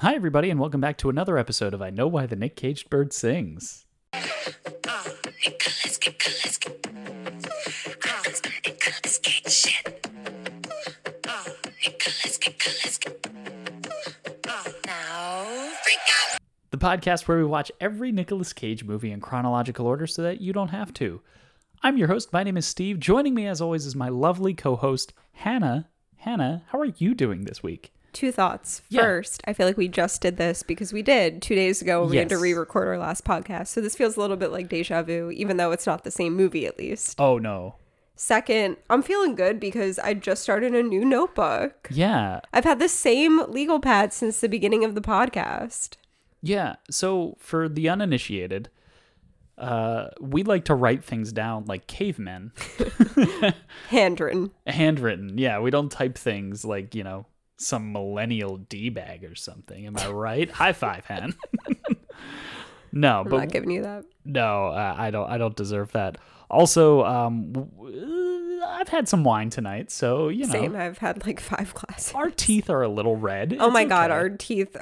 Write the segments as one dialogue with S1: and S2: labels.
S1: Hi, everybody, and welcome back to another episode of I Know Why the Nick Caged Bird Sings. The podcast where we watch every Nicolas Cage movie in chronological order so that you don't have to. I'm your host. My name is Steve. Joining me, as always, is my lovely co host, Hannah. Hannah, how are you doing this week?
S2: Two thoughts.
S1: Yeah.
S2: First, I feel like we just did this because we did two days ago. We had to
S1: Yes.
S2: re record our last podcast. So this feels a little bit like deja vu, even though it's not the same movie, at least.
S1: Oh, no.
S2: Second, I'm feeling good because I just started a new notebook.
S1: Yeah.
S2: I've had the same legal pad since the beginning of the podcast.
S1: Yeah. So for the uninitiated, uh, we like to write things down like cavemen,
S2: Handwritten.
S1: handwritten. Yeah, we don't type things like you know some millennial d bag or something. Am I right? High five, Han. no,
S2: I'm
S1: but
S2: not giving you that.
S1: no, uh, I don't. I don't deserve that. Also, um, w- I've had some wine tonight, so you know
S2: Same. I've had like five classes.
S1: our teeth are a little red.
S2: Oh
S1: It's
S2: my god,
S1: okay.
S2: our teeth,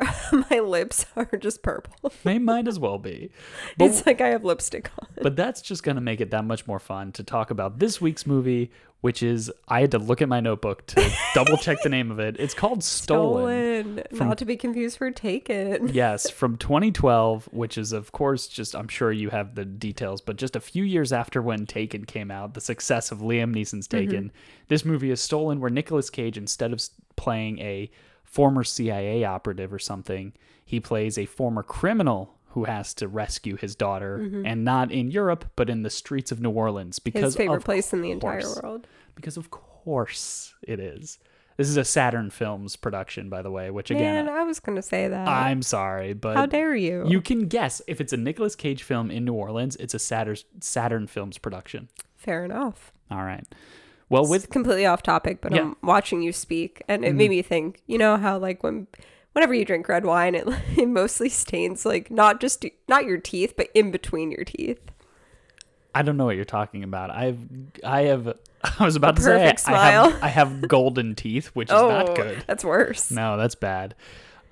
S2: my lips are just purple.
S1: they might as well be. But
S2: It's like I have lipstick on.
S1: But that's just going to make it that much more fun to talk about this week's movie, which is I had to look at my notebook to double check the name of it. It's called Stolen.
S2: Stolen. Not to be confused for taken.
S1: Yes, from 2012, which is, of course, just I'm sure you have the details, but just a few years after when Taken came out, the success of Liam Neeson's
S2: Mm-hmm.
S1: Taken, this movie is Stolen, where Nicolas Cage, instead of s- playing a former CIA operative or something, he plays a former criminal who has to rescue his daughter, and not in Europe, but in the streets of New Orleans. Because
S2: Mm-hmm. His favorite
S1: of
S2: place in the entire
S1: course.
S2: world.
S1: because of course it is. This is a Saturn Films production, by the way, which again,
S2: Man, I was gonna say that.
S1: I'm sorry, but
S2: How dare you?
S1: you can guess if it's a Nicolas Cage film in New Orleans, it's a Saturn Saturn Films production.
S2: Fair enough.
S1: All right. Well, with
S2: It's completely off topic, but
S1: Yeah. Mm-hmm.
S2: I'm watching you speak, and it made me think. You know how like when, whenever you drink red wine, it, it mostly stains like not just not your teeth, but in between your teeth.
S1: I don't know what you're talking about. I've I have I was about to say
S2: perfect
S1: I have
S2: smile. Oh,
S1: I have golden teeth, which is not good.
S2: that's worse.
S1: No, that's bad.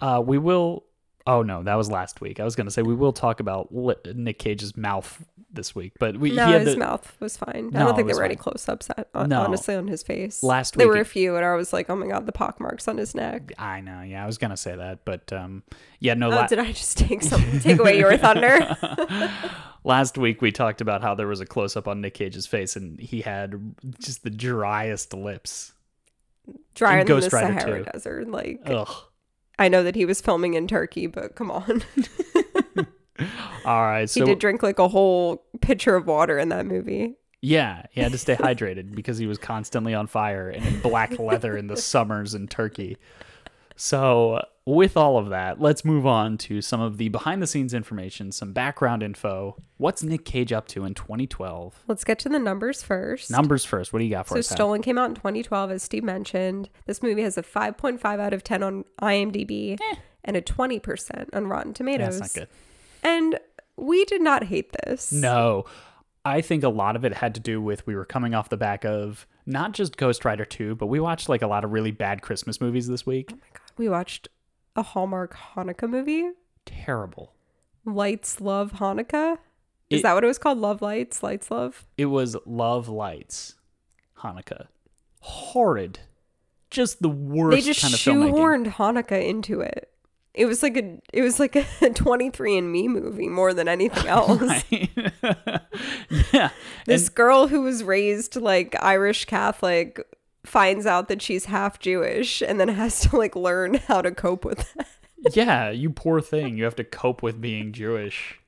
S1: Uh, we will. Oh no, that was last week. I was going to say we will talk about li- Nick Cage's mouth this week, but we
S2: No,
S1: he had
S2: his
S1: the,
S2: mouth was fine. I
S1: No, it
S2: don't think there
S1: was
S2: were any
S1: fine.
S2: close ups, on,
S1: No.
S2: honestly, on his face.
S1: Last
S2: there
S1: week
S2: were
S1: it-
S2: a few, and I was like, oh my god, the pock marks on his neck.
S1: I know. Yeah, I was gonna say that, but um, yeah, no.
S2: Oh,
S1: la-
S2: did I just take some take away your thunder?
S1: last week we talked about how there was a close up on Nick Cage's face, and he had just the driest lips.
S2: Drier
S1: And
S2: than the
S1: Ghost Rider,
S2: Sahara
S1: too.
S2: Desert. Like
S1: Ugh.
S2: I know that he was filming in Turkey, but come on,
S1: All right,
S2: he
S1: so
S2: did drink like a whole pitcher of water in that movie.
S1: yeah, he had to stay hydrated because he was constantly on fire and in black leather in the summers in Turkey. So, with all of that, let's move on to some of the behind the scenes information, some background info. What's Nick Cage up to in 2012?
S2: Let's get to the numbers first.
S1: Numbers first. What do you got for
S2: So
S1: us? Hannah?
S2: Stolen came out in 2012, as Steve mentioned. This movie has a 5.5 out of 10 on IMDb and a 20% on Rotten Tomatoes.
S1: Eh. That's not good.
S2: And we did not hate this.
S1: No. I think a lot of it had to do with we were coming off the back of not just Ghost Rider 2, but we watched like a lot of really bad Christmas movies this week.
S2: We watched a Hallmark Hanukkah movie,
S1: Terrible.
S2: Lights Love Hanukkah. Is
S1: It-
S2: that what it was called? Love Lights, Lights Love.
S1: It was Love Lights, Hanukkah. Horrid. Just the worst
S2: They just
S1: kind of filmmaking.
S2: shoehorned Hanukkah into it. It was like a it was like a 23 and Me movie more than anything else.
S1: yeah.
S2: This girl who was raised like Irish Catholic finds out that she's half Jewish and then has to like learn how to cope with that.
S1: And yeah, you poor thing. You have to cope with being Jewish.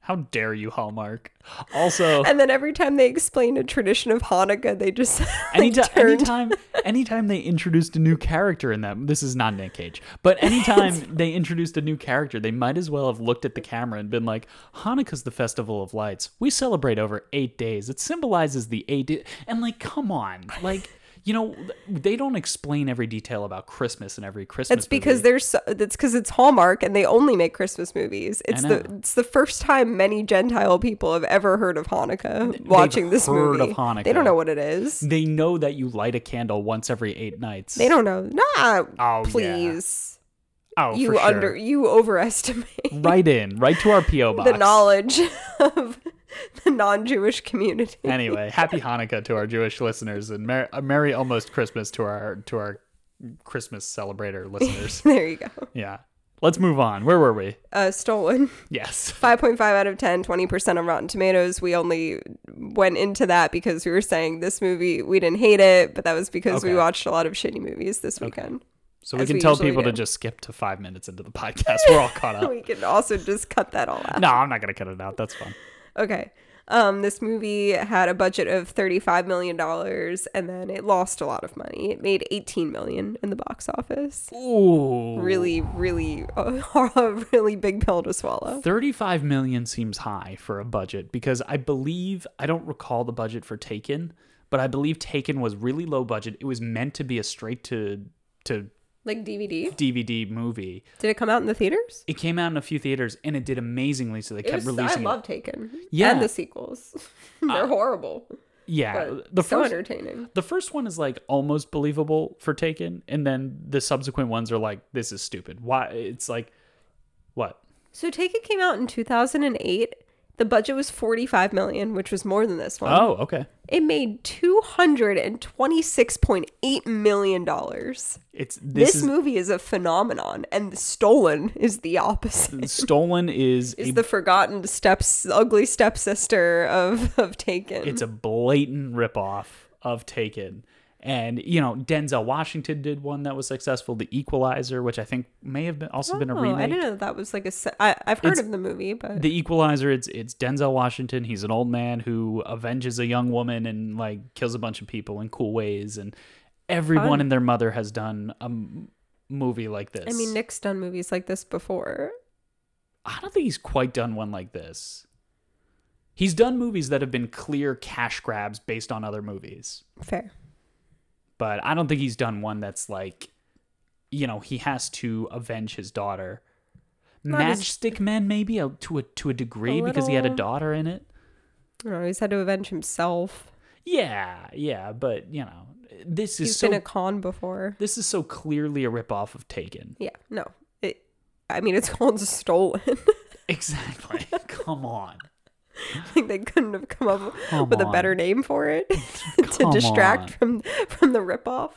S1: How dare you, Hallmark? Also,
S2: And then every time they explain a tradition of Hanukkah, they just like,
S1: Anytime,
S2: turned
S1: anytime, anytime they introduced a new character in that, this is not Nick Cage, but anytime they introduced a new character, they might as well have looked at the camera and been like, Hanukkah's the festival of lights. We celebrate over eight days. It symbolizes the eight. Day-. And like, come on. Like, you know, they don't explain every detail about Christmas and every Christmas.
S2: It's because
S1: movie.
S2: there's so, that's because it's Hallmark and they only make Christmas movies. It's the
S1: know.
S2: it's the first time many Gentile people have ever heard of Hanukkah watching this
S1: heard
S2: movie.
S1: of Hanukkah.
S2: They don't know what it is.
S1: they know that you light a candle once every eight nights.
S2: They don't know. Nah,
S1: Oh, yeah.
S2: please.
S1: Oh,
S2: you
S1: for sure.
S2: under you overestimate
S1: Right in, right to our PO box.
S2: the knowledge of the non-Jewish community.
S1: Anyway, happy Hanukkah to our Jewish listeners, and mer- a merry almost Christmas to our to our Christmas celebrator listeners.
S2: There you go.
S1: yeah, let's move on. Where were we?
S2: Uh, stolen.
S1: Yes.
S2: 5.5 out of 10, 20% on Rotten Tomatoes. We only went into that because we were saying this movie, we didn't hate it, but that was because we
S1: Okay.
S2: watched a lot of shitty movies this weekend.
S1: So we
S2: As
S1: can
S2: we
S1: tell
S2: usually
S1: people to
S2: do. Oh,
S1: just skip to five minutes into the podcast. We're all caught up.
S2: We can also just cut that all out.
S1: No, I'm not gonna cut it out. That's fun.
S2: Okay. Um, this movie had a budget of $35 million and then it lost a lot of money. It made $18 million in the box office.
S1: Ooh,
S2: Really, really, a really big pill to swallow.
S1: 35 million seems high for a budget because I believe I don't recall the budget for Taken, but I believe Taken was really low budget. It was meant to be a straight to to
S2: Like DVD?
S1: DVD movie.
S2: Did it come out in the theaters?
S1: It came out in a few theaters and it did amazingly, so they kept releasing.
S2: I
S1: it.
S2: love Taken.
S1: Yeah.
S2: And the sequels. They're horrible.
S1: yeah,
S2: But
S1: the
S2: so
S1: first
S2: entertaining.
S1: the first one is like almost believable for Taken, and then the subsequent ones are like this is stupid. Why? It's like what?
S2: So Taken came out in 2008. The budget was 45 million, which was more than this one.
S1: Oh, okay.
S2: It made 226.8 million dollars.
S1: It's
S2: This,
S1: this, is
S2: movie is a phenomenon and Stolen is the opposite.
S1: stolen is
S2: Is
S1: a
S2: the forgotten steps ugly stepsister of of Taken.
S1: it's a blatant ripoff of Taken. And you know, Denzel Washington did one that was successful, The Equalizer, which I think may have been also been a
S2: Oh,
S1: remake.
S2: I didn't know that was like a. se- I, I've heard
S1: It's-
S2: of the movie, but
S1: The Equalizer, it's it's Denzel Washington. He's an old man who avenges a young woman and like kills a bunch of people in cool ways. And everyone
S2: Fun.
S1: and their mother has done a m- movie like this.
S2: I mean, Nick's done movies like this before.
S1: I don't think he's quite done one like this. He's done movies that have been clear cash grabs based on other movies.
S2: Fair.
S1: but I don't think he's done one that's like, you know, he has to avenge his daughter.
S2: Not as-
S1: Matchstick Men, maybe a, to a to a degree, because he had a
S2: little-
S1: daughter in it.
S2: You know, he's had to avenge himself.
S1: Yeah, yeah, but you know, this is
S2: He's
S1: so
S2: been a con before.
S1: this is so clearly a ripoff of Taken.
S2: Yeah, no. It, I mean, it's called stolen.
S1: Exactly. Come on.
S2: like they couldn't have come up
S1: Come
S2: with a
S1: on.
S2: better name for it to
S1: Come
S2: distract
S1: on.
S2: from from the ripoff.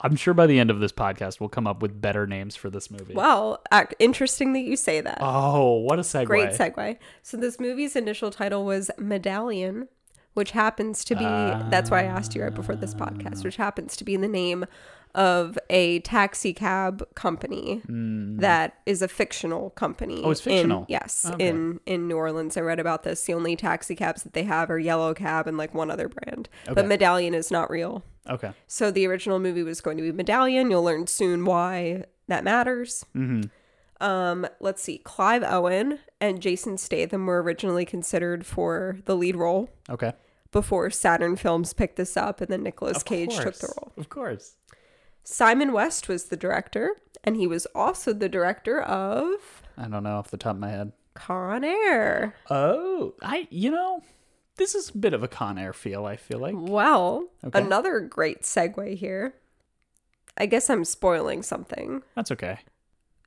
S1: I'm sure by the end of this podcast, we'll come up with better names for this movie.
S2: Wow, ac- interesting that you say that.
S1: Oh, what a segue!
S2: Great segue. So this movie's initial title was Medallion, which happens to be that's why I asked you right before this podcast, which happens to be the name of a taxi cab company that is a fictional company.
S1: Hmm. Oh, it's
S2: in-
S1: fictional.
S2: yes,
S1: Okay.
S2: in in New Orleans, I read about this. The only taxi cabs that they have are Yellow Cab and like one other brand,
S1: Okay.
S2: but Medallion is not real.
S1: Okay.
S2: So the original movie was going to be Medallion. You'll learn soon why that matters.
S1: Mm-hmm.
S2: Um, let's see. Clive Owen and Jason Statham were originally considered for the lead role
S1: Okay.
S2: before Saturn Films picked this up and then Nicolas
S1: Of
S2: Cage took
S1: course.
S2: the role.
S1: Of course.
S2: Simon West was the director, and he was also the director of
S1: I don't know off the top of my head.
S2: Con Air.
S1: Oh, I you know, this is a bit of a Con Air feel. I feel like
S2: Well,
S1: Okay.
S2: another great segue here. I guess I'm spoiling something.
S1: that's okay.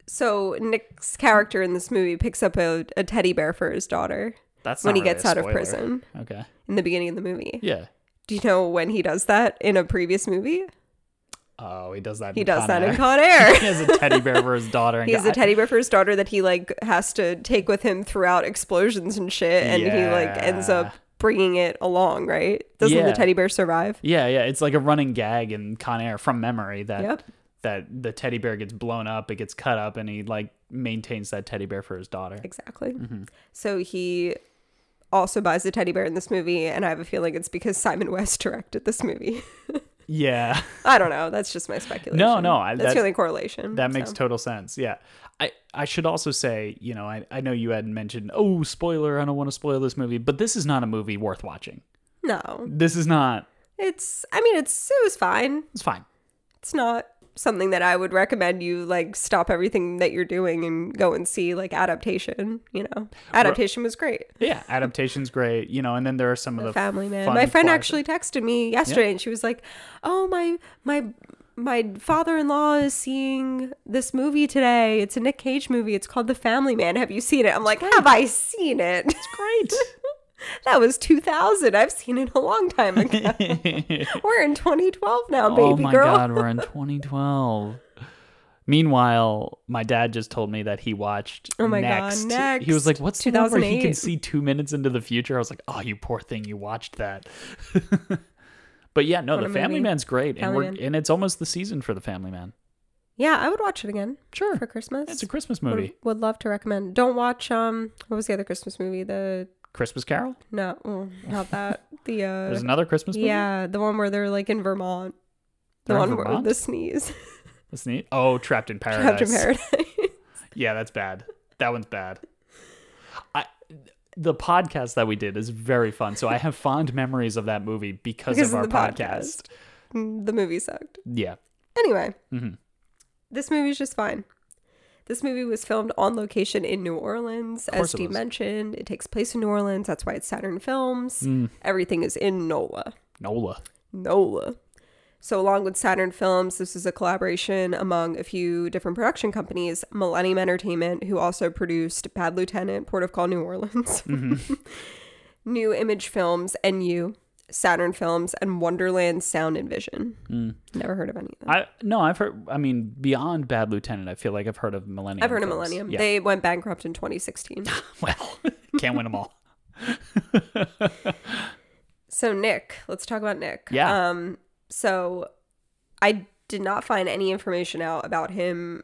S2: So Nick's character in this movie picks up a, a teddy bear for his daughter
S1: That's
S2: when
S1: not
S2: he
S1: really
S2: gets
S1: a
S2: out of
S1: spoiler.
S2: prison
S1: Okay,
S2: in the beginning of the movie.
S1: yeah.
S2: Do you know when he does that in a previous movie?
S1: Oh, he does that.
S2: He
S1: in
S2: does
S1: Con
S2: that
S1: Air.
S2: in Con Air.
S1: he has a teddy bear for his daughter. And
S2: he has a
S1: God-
S2: teddy bear for his daughter that he like has to take with him throughout explosions and shit, and he like ends
S1: Yeah.
S2: up bringing it along. Right? Doesn't
S1: Yeah.
S2: the teddy bear survive?
S1: Yeah, yeah. It's like a running gag in Con Air from memory that
S2: Yep.
S1: that the teddy bear gets blown up, it gets cut up, and he like maintains that teddy bear for his daughter.
S2: Exactly.
S1: Mm-hmm.
S2: So he also buys the teddy bear in this movie, and I have a feeling it's because Simon West directed this movie.
S1: Yeah,
S2: I don't know. That's just my speculation.
S1: No, no, I-
S2: that's
S1: that-
S2: the only correlation.
S1: that makes
S2: so.
S1: total sense. Yeah. I, I should also say, you know, I, I know you had mentioned, oh, spoiler, I don't want to spoil this movie, but this is not a movie worth watching.
S2: no.
S1: This is not,
S2: It's. I mean, it's. It was fine.
S1: it's fine.
S2: it's not something that I would recommend you like stop everything that you're doing and go and see like adaptation, you know. Adaptation was great.
S1: yeah adaptation's great you know and then there are some of
S2: The
S1: the
S2: family man.
S1: fun
S2: My friend
S1: classic-
S2: actually texted me yesterday and she was like, "Oh, my my my father-in-law is seeing this movie today. It's a Nick Cage movie. It's called The Family Man. Have you seen it? I'm like, have I seen it?
S1: It's great.
S2: that was 2000. I've seen it a long time ago. We're in 2012 now, baby
S1: oh my
S2: girl.
S1: god, we're in 2012. Meanwhile, my dad just told me that he watched.
S2: Oh my God,
S1: next. He was like,
S2: Next,
S1: "What's the one where he can
S2: 2008."
S1: see two minutes into the future?" I was like, "Oh, you poor thing, you watched that." but yeah, no,
S2: What
S1: the
S2: a
S1: Family
S2: movie.
S1: Man's great, and
S2: Family
S1: we're
S2: Man.
S1: and it's almost the season for the Family Man.
S2: Yeah, I would watch it again
S1: Sure,
S2: for Christmas.
S1: it's a Christmas
S2: Would-
S1: movie.
S2: Would, love to recommend. Don't watch um what was the other Christmas movie? The
S1: Christmas Carol.
S2: no, mm, not that. The
S1: There's
S2: uh
S1: another Christmas movie.
S2: yeah, the one where they're like in Vermont. The
S1: They're in
S2: one where
S1: Vermont?
S2: the sneeze.
S1: that's neat. Oh, Trapped in Paradise.
S2: Trapped in Paradise.
S1: Yeah, that's bad. That one's bad. I the podcast that we did is very fun. So I have fond memories of that movie because,
S2: Because
S1: of our
S2: of the
S1: podcast.
S2: podcast. Mm, the movie sucked.
S1: Yeah.
S2: Anyway,
S1: hmm
S2: this movie's just fine. This movie was filmed on location in New Orleans,
S1: course
S2: as
S1: it
S2: Steve
S1: was.
S2: mentioned. It takes place in New Orleans. That's why it's Saturn Films.
S1: Mm.
S2: Everything is in NOLA.
S1: Nola.
S2: NOLA. So, along with Saturn Films, this is a collaboration among a few different production companies Millennium Entertainment, who also produced Bad Lieutenant, Port of Call, New Orleans,
S1: Mm-hmm.
S2: New Image Films, and You, Saturn Films, and Wonderland Sound and Vision. Never heard of any of them.
S1: Mm. I no, I've heard. I mean, beyond Bad Lieutenant, I feel like I've heard of Millennium.
S2: I've heard of
S1: films.
S2: Millennium.
S1: Yeah.
S2: They went bankrupt in 2016.
S1: well, can't win them all.
S2: So Nick, let's talk about Nick.
S1: Yeah.
S2: Um. So, I did not find any information out about him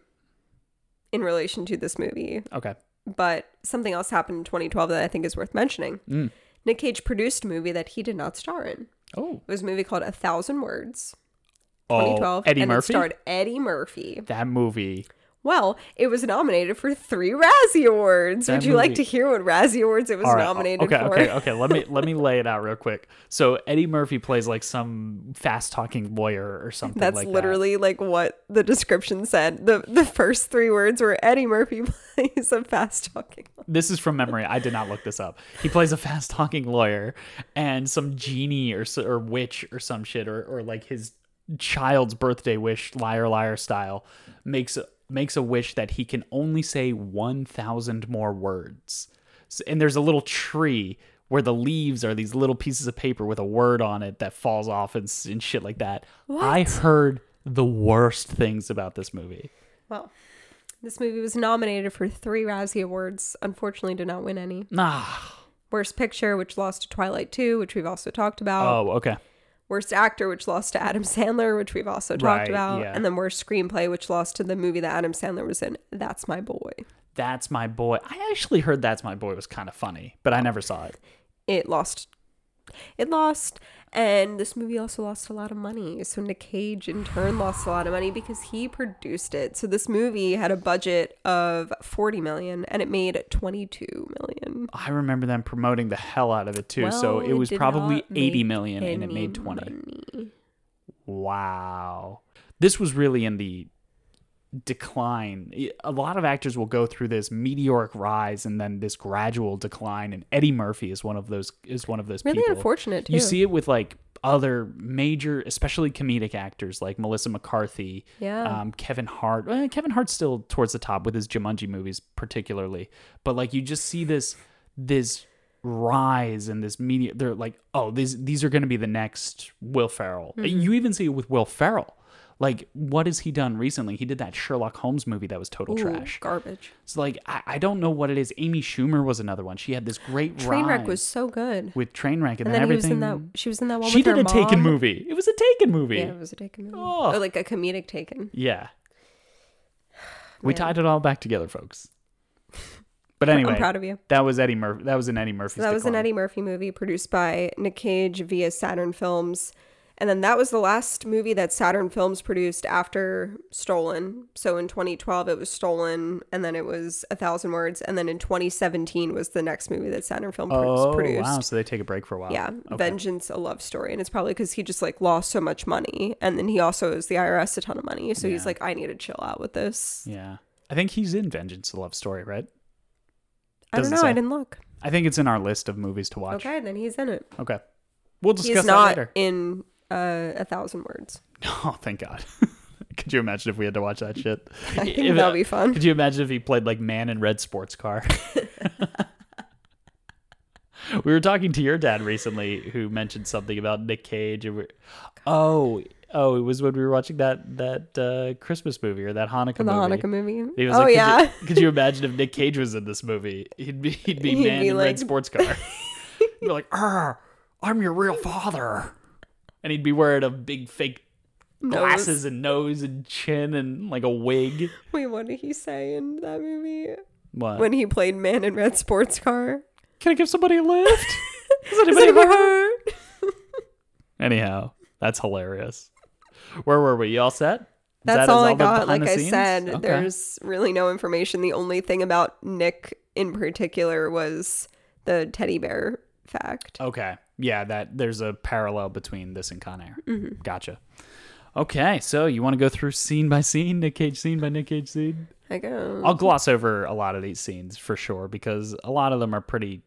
S2: in relation to this movie,
S1: Okay.
S2: but something else happened in 2012 that I think is worth mentioning.
S1: Mm.
S2: Nick Cage produced a movie that he did not star in.
S1: Oh.
S2: It was a movie called A Thousand Words,
S1: Oh.
S2: 2012,
S1: Eddie
S2: and it
S1: Murphy.
S2: starred Eddie Murphy.
S1: That movie.
S2: Well, it was nominated for three Razzie Awards.
S1: That
S2: Would you like
S1: movie-
S2: to hear what Razzie Awards it was
S1: All right.
S2: nominated
S1: okay,
S2: for?
S1: okay, okay. Let me let me lay it out real quick. So Eddie Murphy plays like some fast talking lawyer or something.
S2: That's
S1: like that.
S2: literally like what the description said. The the first three words were Eddie Murphy plays a fast talking.
S1: this is from memory. I did not look this up. He plays a fast talking lawyer and some genie or s- or witch or some shit or or like his child's birthday wish, liar liar style, makes a- makes a wish that he can only say one thousand more words. S- and there's a little tree where the leaves are these little pieces of paper with a word on it that falls off and, s- and shit like that. I heard the worst things about this movie.
S2: Well, this movie was nominated for three Razzie Awards. Unfortunately, did not win any.
S1: Ah.
S2: Worst Picture, which lost to Twilight 2, which we've also talked about.
S1: Oh, okay.
S2: Worst Actor, which lost to Adam Sandler, which we've also talked
S1: Right,
S2: about.
S1: yeah.
S2: And then Worst Screenplay, which lost to the movie that Adam Sandler was in, That's My Boy.
S1: That's My Boy. I actually heard That's My Boy was kind of funny, but I never saw it.
S2: it lost it lost and this movie also lost a lot of money so nick cage in turn lost a lot of money because he produced it so this movie had a budget of 40 million and it made 22 million
S1: I remember them promoting the hell out of it too. so
S2: Well,
S1: it was
S2: did
S1: probably
S2: not
S1: eighty
S2: make
S1: million and it
S2: any
S1: made 20.
S2: money.
S1: Wow. This was really in the decline. A lot of actors will go through this meteoric rise and then this gradual decline and Eddie Murphy is one of those is one of those
S2: really
S1: people.
S2: unfortunate too
S1: You see it with like other major, especially comedic actors like Melissa McCarthy,
S2: Yeah.
S1: um, Kevin Hart. Eh, Kevin Hart's still towards the top with his Jumanji movies, particularly. But like you just see this this rise and this media. They're like, oh, these these are going to be the next Will Ferrell. Eh,
S2: Mm-hmm.
S1: You even see it with Will Ferrell. Like, what has he done recently? He did that Sherlock Holmes movie that was total
S2: Ooh,
S1: trash.
S2: garbage
S1: So like, I, I don't know what it is. Amy Schumer was another one. She had this great
S2: trainwreck
S1: rise
S2: was so good
S1: with Trainwreck, and, then
S2: and then he was
S1: everything
S2: in that she was in that one
S1: she
S2: with
S1: did
S2: her
S1: a Taken
S2: mom.
S1: movie. It was a Taken movie.
S2: yeah
S1: Yeah.
S2: it was a taken movie
S1: Oh.
S2: or like a comedic taken
S1: We
S2: Man.
S1: tied it all back together, folks. But anyway,
S2: i'm proud of you
S1: that was Eddie Murphy. That was an Eddie Murphy.
S2: So that was an Eddie Murphy movie produced by Nick Cage via Saturn Films. And then that was the last movie that Saturn Films produced after Stolen. So in 2012, it was Stolen, and then it was A Thousand Words. And then in 2017 was the next movie that Saturn Film
S1: Oh
S2: produced.
S1: wow! So they take a break for a while.
S2: Yeah, Vengeance, a love story. And it's probably because he just like lost so much money. And then he also owes the IRS a ton of money. So he's
S1: Yeah.
S2: like, I need to chill out with this.
S1: Yeah. I think he's in Vengeance: A Love Story, right?
S2: I don't
S1: Doesn't
S2: know.
S1: say.
S2: I didn't look.
S1: I think it's in our list of movies to watch.
S2: Okay, then he's in it.
S1: Okay. We'll discuss
S2: he's
S1: that
S2: not
S1: later.
S2: in uh, A Thousand Words.
S1: Oh, thank God. Could you imagine if we had to watch that shit?
S2: I think
S1: If-
S2: that'll be fun.
S1: Could you imagine if he played like Man in Red Sports Car? we were talking to your dad recently, who mentioned something about Nick Cage. And we oh, oh, it was when we were watching that that uh, Christmas movie or that Hanukkah
S2: The
S1: movie.
S2: Hanukkah movie.
S1: He was
S2: Oh
S1: like, could
S2: yeah.
S1: You, could you imagine if Nick Cage was in this movie? He'd be he'd be
S2: He'd
S1: man
S2: be
S1: in
S2: like-
S1: red sports car. he'd be like, "Arr, I'm your real father," and he'd be wearing a big fake glasses and nose and chin and like a wig.
S2: Wait, what did he say in that movie
S1: What?
S2: when he played Man in Red Sports Car?
S1: Can I give somebody a lift? Is
S2: Is
S1: anybody
S2: it
S1: ever
S2: hurt?
S1: Anyhow, that's hilarious. Where were we? You all set?
S2: That's
S1: That is
S2: all I
S1: the
S2: got.
S1: behind
S2: Like
S1: the
S2: I
S1: scenes?
S2: said,
S1: Okay.
S2: there's really no information. The only thing about Nick in particular was the teddy bear fact.
S1: Okay. Yeah, that there's a parallel between this and Con Air.
S2: Mm-hmm.
S1: Gotcha. Okay, so you want to go through scene by scene, Nick Cage scene by Nick Cage scene?
S2: I guess.
S1: I'll gloss over a lot of these scenes for sure because a lot of them are pretty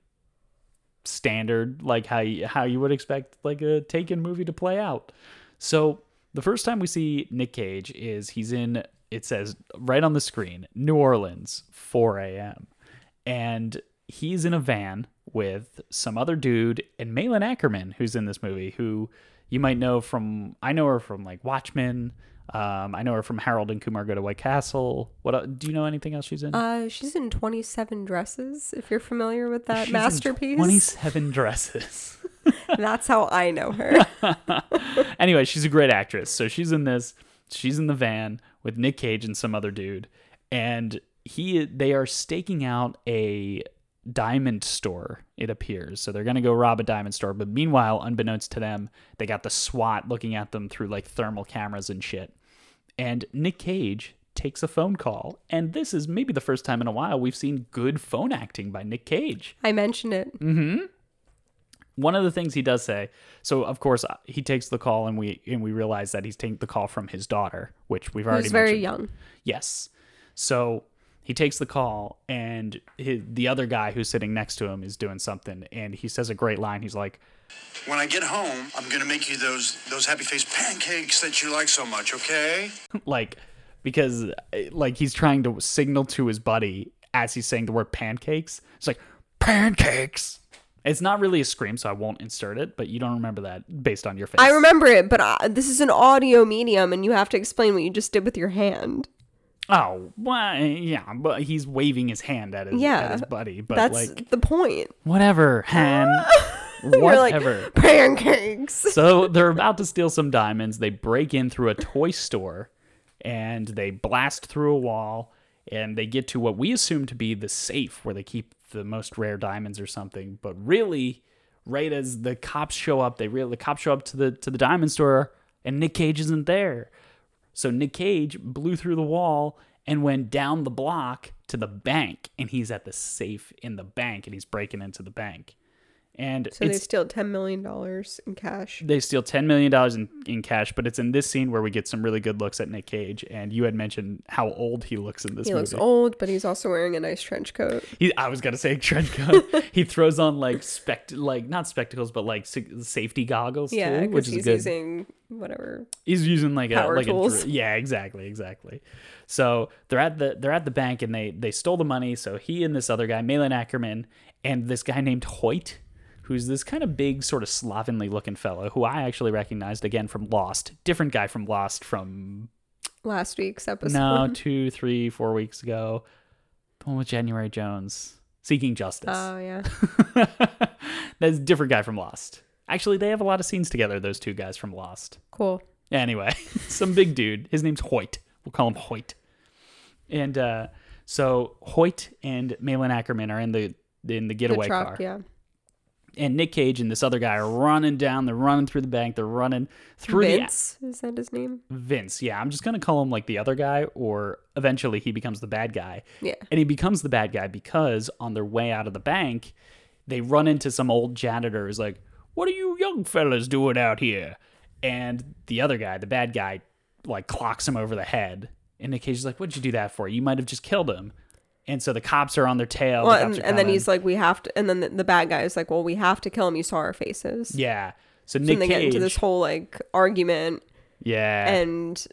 S1: standard, like how you, how you would expect like a Taken movie to play out. So the first time we see Nick Cage is he's in it says right on the screen New Orleans 4 a.m. and he's in a van with some other dude and Malin Ackerman who's in this movie who you might know from I know her from like Watchmen. Um, I know her from Harold and Kumar Go to White Castle. What el- do you know? Anything else she's in?
S2: Uh, she's in 27 dresses. If you're familiar with that
S1: She's in
S2: masterpiece,
S1: Twenty-seven dresses.
S2: that's how I know her.
S1: anyway, she's a great actress. So she's in this. She's in the van with Nick Cage and some other dude, and he they are staking out a diamond store. It appears. So they're gonna go rob a diamond store. But meanwhile, unbeknownst to them, they got the SWAT looking at them through like thermal cameras and shit. And Nick Cage takes a phone call, and this is maybe the first time in a while we've seen good phone acting by Nick Cage
S2: I mentioned it.
S1: one of the things he does say so of course uh, he takes the call and we and we realize that he's taking the call from his daughter which we've already
S2: Who's very
S1: mentioned.
S2: young.
S1: yes so he takes the call and hi the other guy who's sitting next to him is doing something and he says a great line he's like
S3: When I get home, I'm gonna make you those those happy face pancakes that you like so much, okay?
S1: like because uh, like he's trying to signal to his buddy as he's saying the word pancakes it's like pancakes it's not really a scream so i won't insert it but you don't remember that based on your face
S2: I remember it, but uh, this is an audio medium, and you have to explain what you just did with your hand.
S1: Oh, well, yeah, but he's waving his hand at his,
S2: Yeah.
S1: at his buddy. But
S2: That's
S1: like,
S2: the point.
S1: whatever, Han.
S2: You're
S1: whatever.
S2: like pancakes.
S1: so they're about to steal some diamonds. They break in through a toy store and they blast through a wall and they get to what we assume to be the safe where they keep the most rare diamonds or something. But really, right as the cops show up, they real the cops show up to the to the diamond store and Nick Cage isn't there. So Nick Cage blew through the wall and went down the block to the bank and he's at the safe in the bank and he's breaking into the bank. And
S2: So they
S1: it's
S2: steal ten million dollars in cash.
S1: they steal $10 million in, in cash, but it's in this scene where we get some really good looks at Nick Cage. And you had mentioned how old he looks in this
S2: He
S1: movie.
S2: looks old, but he's also wearing a nice trench coat.
S1: He, I was going to say trench coat. he throws on like, spect- like not spectacles, but like se- safety goggles
S2: Yeah,
S1: too,
S2: because
S1: which is
S2: he's
S1: good.
S2: using whatever.
S1: he's using like a
S2: Power
S1: like a
S2: tools.
S1: dr- yeah exactly exactly so they're at the they're at the bank and they they stole the money so he and this other guy malin ackerman and this guy named hoyt who's this kind of big sort of slovenly looking fellow who i actually recognized again from lost different guy from lost from
S2: Last week's episode.
S1: no two three four weeks ago the one with january jones seeking justice
S2: Oh yeah.
S1: that's a different guy from lost actually they have a lot of scenes together those two guys from lost
S2: Cool.
S1: Anyway, some big dude. His name's Hoyt. We'll call him Hoyt. And uh, so Hoyt and Malin Ackerman are in the in the
S2: The
S1: getaway
S2: truck.
S1: car,
S2: Yeah.
S1: and Nick Cage and this other guy are running down. They're running through the bank. They're running through
S2: Vince is that his name?
S1: the Vince. Yeah, I'm just gonna call him like the other guy, or eventually he becomes the bad guy.
S2: Yeah.
S1: And he becomes the bad guy because on their way out of the bank, they run into some old janitor who's like, What are you young fellas doing out here? And the other guy, the bad guy, like clocks him over the head. And Nick Cage is like, What'd you do that for? You might have just killed him. And so the cops are on their tail.
S2: Well, and, and then he's like, we have to. And then the, the bad guy is like, well, we have to kill him. You saw our faces.
S1: Yeah. So
S2: And
S1: Nick
S2: they get
S1: Cage.
S2: into this whole like argument,
S1: yeah.
S2: and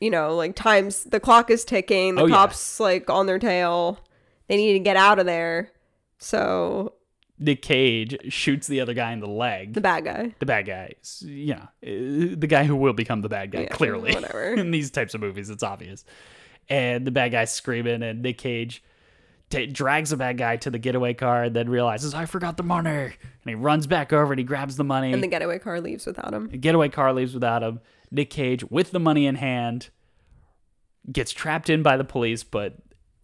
S2: you know, like times the clock is ticking, the
S1: Oh, yeah.
S2: cops like on their tail. They need to get out of there. So
S1: Nick Cage shoots the other guy in the leg.
S2: the bad guy.
S1: the bad guy, s- you know, uh, the guy who will become the bad guy,
S2: Yeah,
S1: clearly.
S2: whatever.
S1: In these types of movies, it's obvious. And the bad guy's screaming, and Nick Cage ta drags the bad guy to the getaway car and then realizes, I forgot the money. And he runs back over and he grabs the money.
S2: And the getaway car leaves without him.
S1: The getaway car leaves without him. Nick Cage, with the money in hand, gets trapped in by the police, but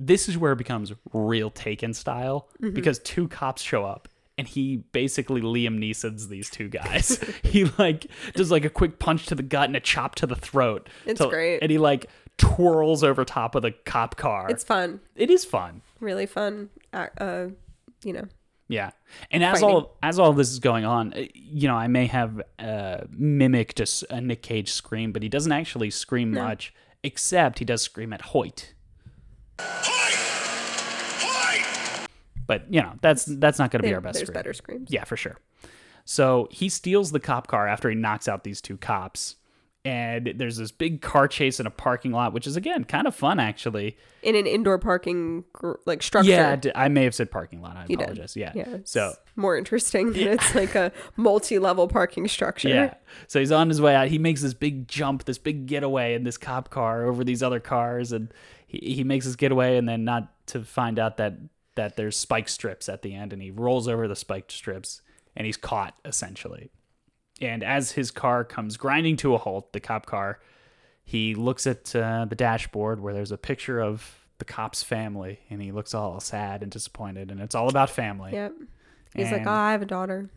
S1: this is where it becomes real taken style
S2: Mm-hmm.
S1: because two cops show up and he basically Liam Neeson's these two guys. he like does like a quick punch to the gut and a chop to the throat.
S2: It's
S1: So-
S2: great.
S1: And he like twirls over top of the cop car.
S2: It's fun.
S1: it is fun.
S2: Really fun. Uh, uh, you know,
S1: Yeah, and as
S2: Fighting.
S1: all as all this is going on, uh, you know, I may have uh, mimicked a, s- a Nick Cage scream, but he doesn't actually scream much, except he does scream at Hoyt.
S3: Hi! Hi!
S1: But you know, that's that's not going to be our best.
S2: there's
S1: scream.
S2: better screams.
S1: Yeah, for sure. So he steals the cop car after he knocks out these two cops, and there's this big car chase in a parking lot, which is again kind of fun actually.
S2: In an indoor parking gr- like structure.
S1: Yeah, d- I may have said parking lot. I
S2: did.
S1: apologize. Yeah.
S2: Yeah, it's
S1: So
S2: more interesting that it's like a multi-level parking structure.
S1: Yeah. So he's on his way out. He makes this big jump, this big getaway in this cop car over these other cars, and he, he makes his getaway, and then not to find out that that there's spike strips at the end, and he rolls over the spike strips, and he's caught essentially. And as his car comes grinding to a halt, the cop car, he looks at uh, the dashboard where there's a picture of the cop's family, and he looks all sad and disappointed, and it's all about family
S2: Yep. He's like,
S1: And-
S2: oh, I have a daughter.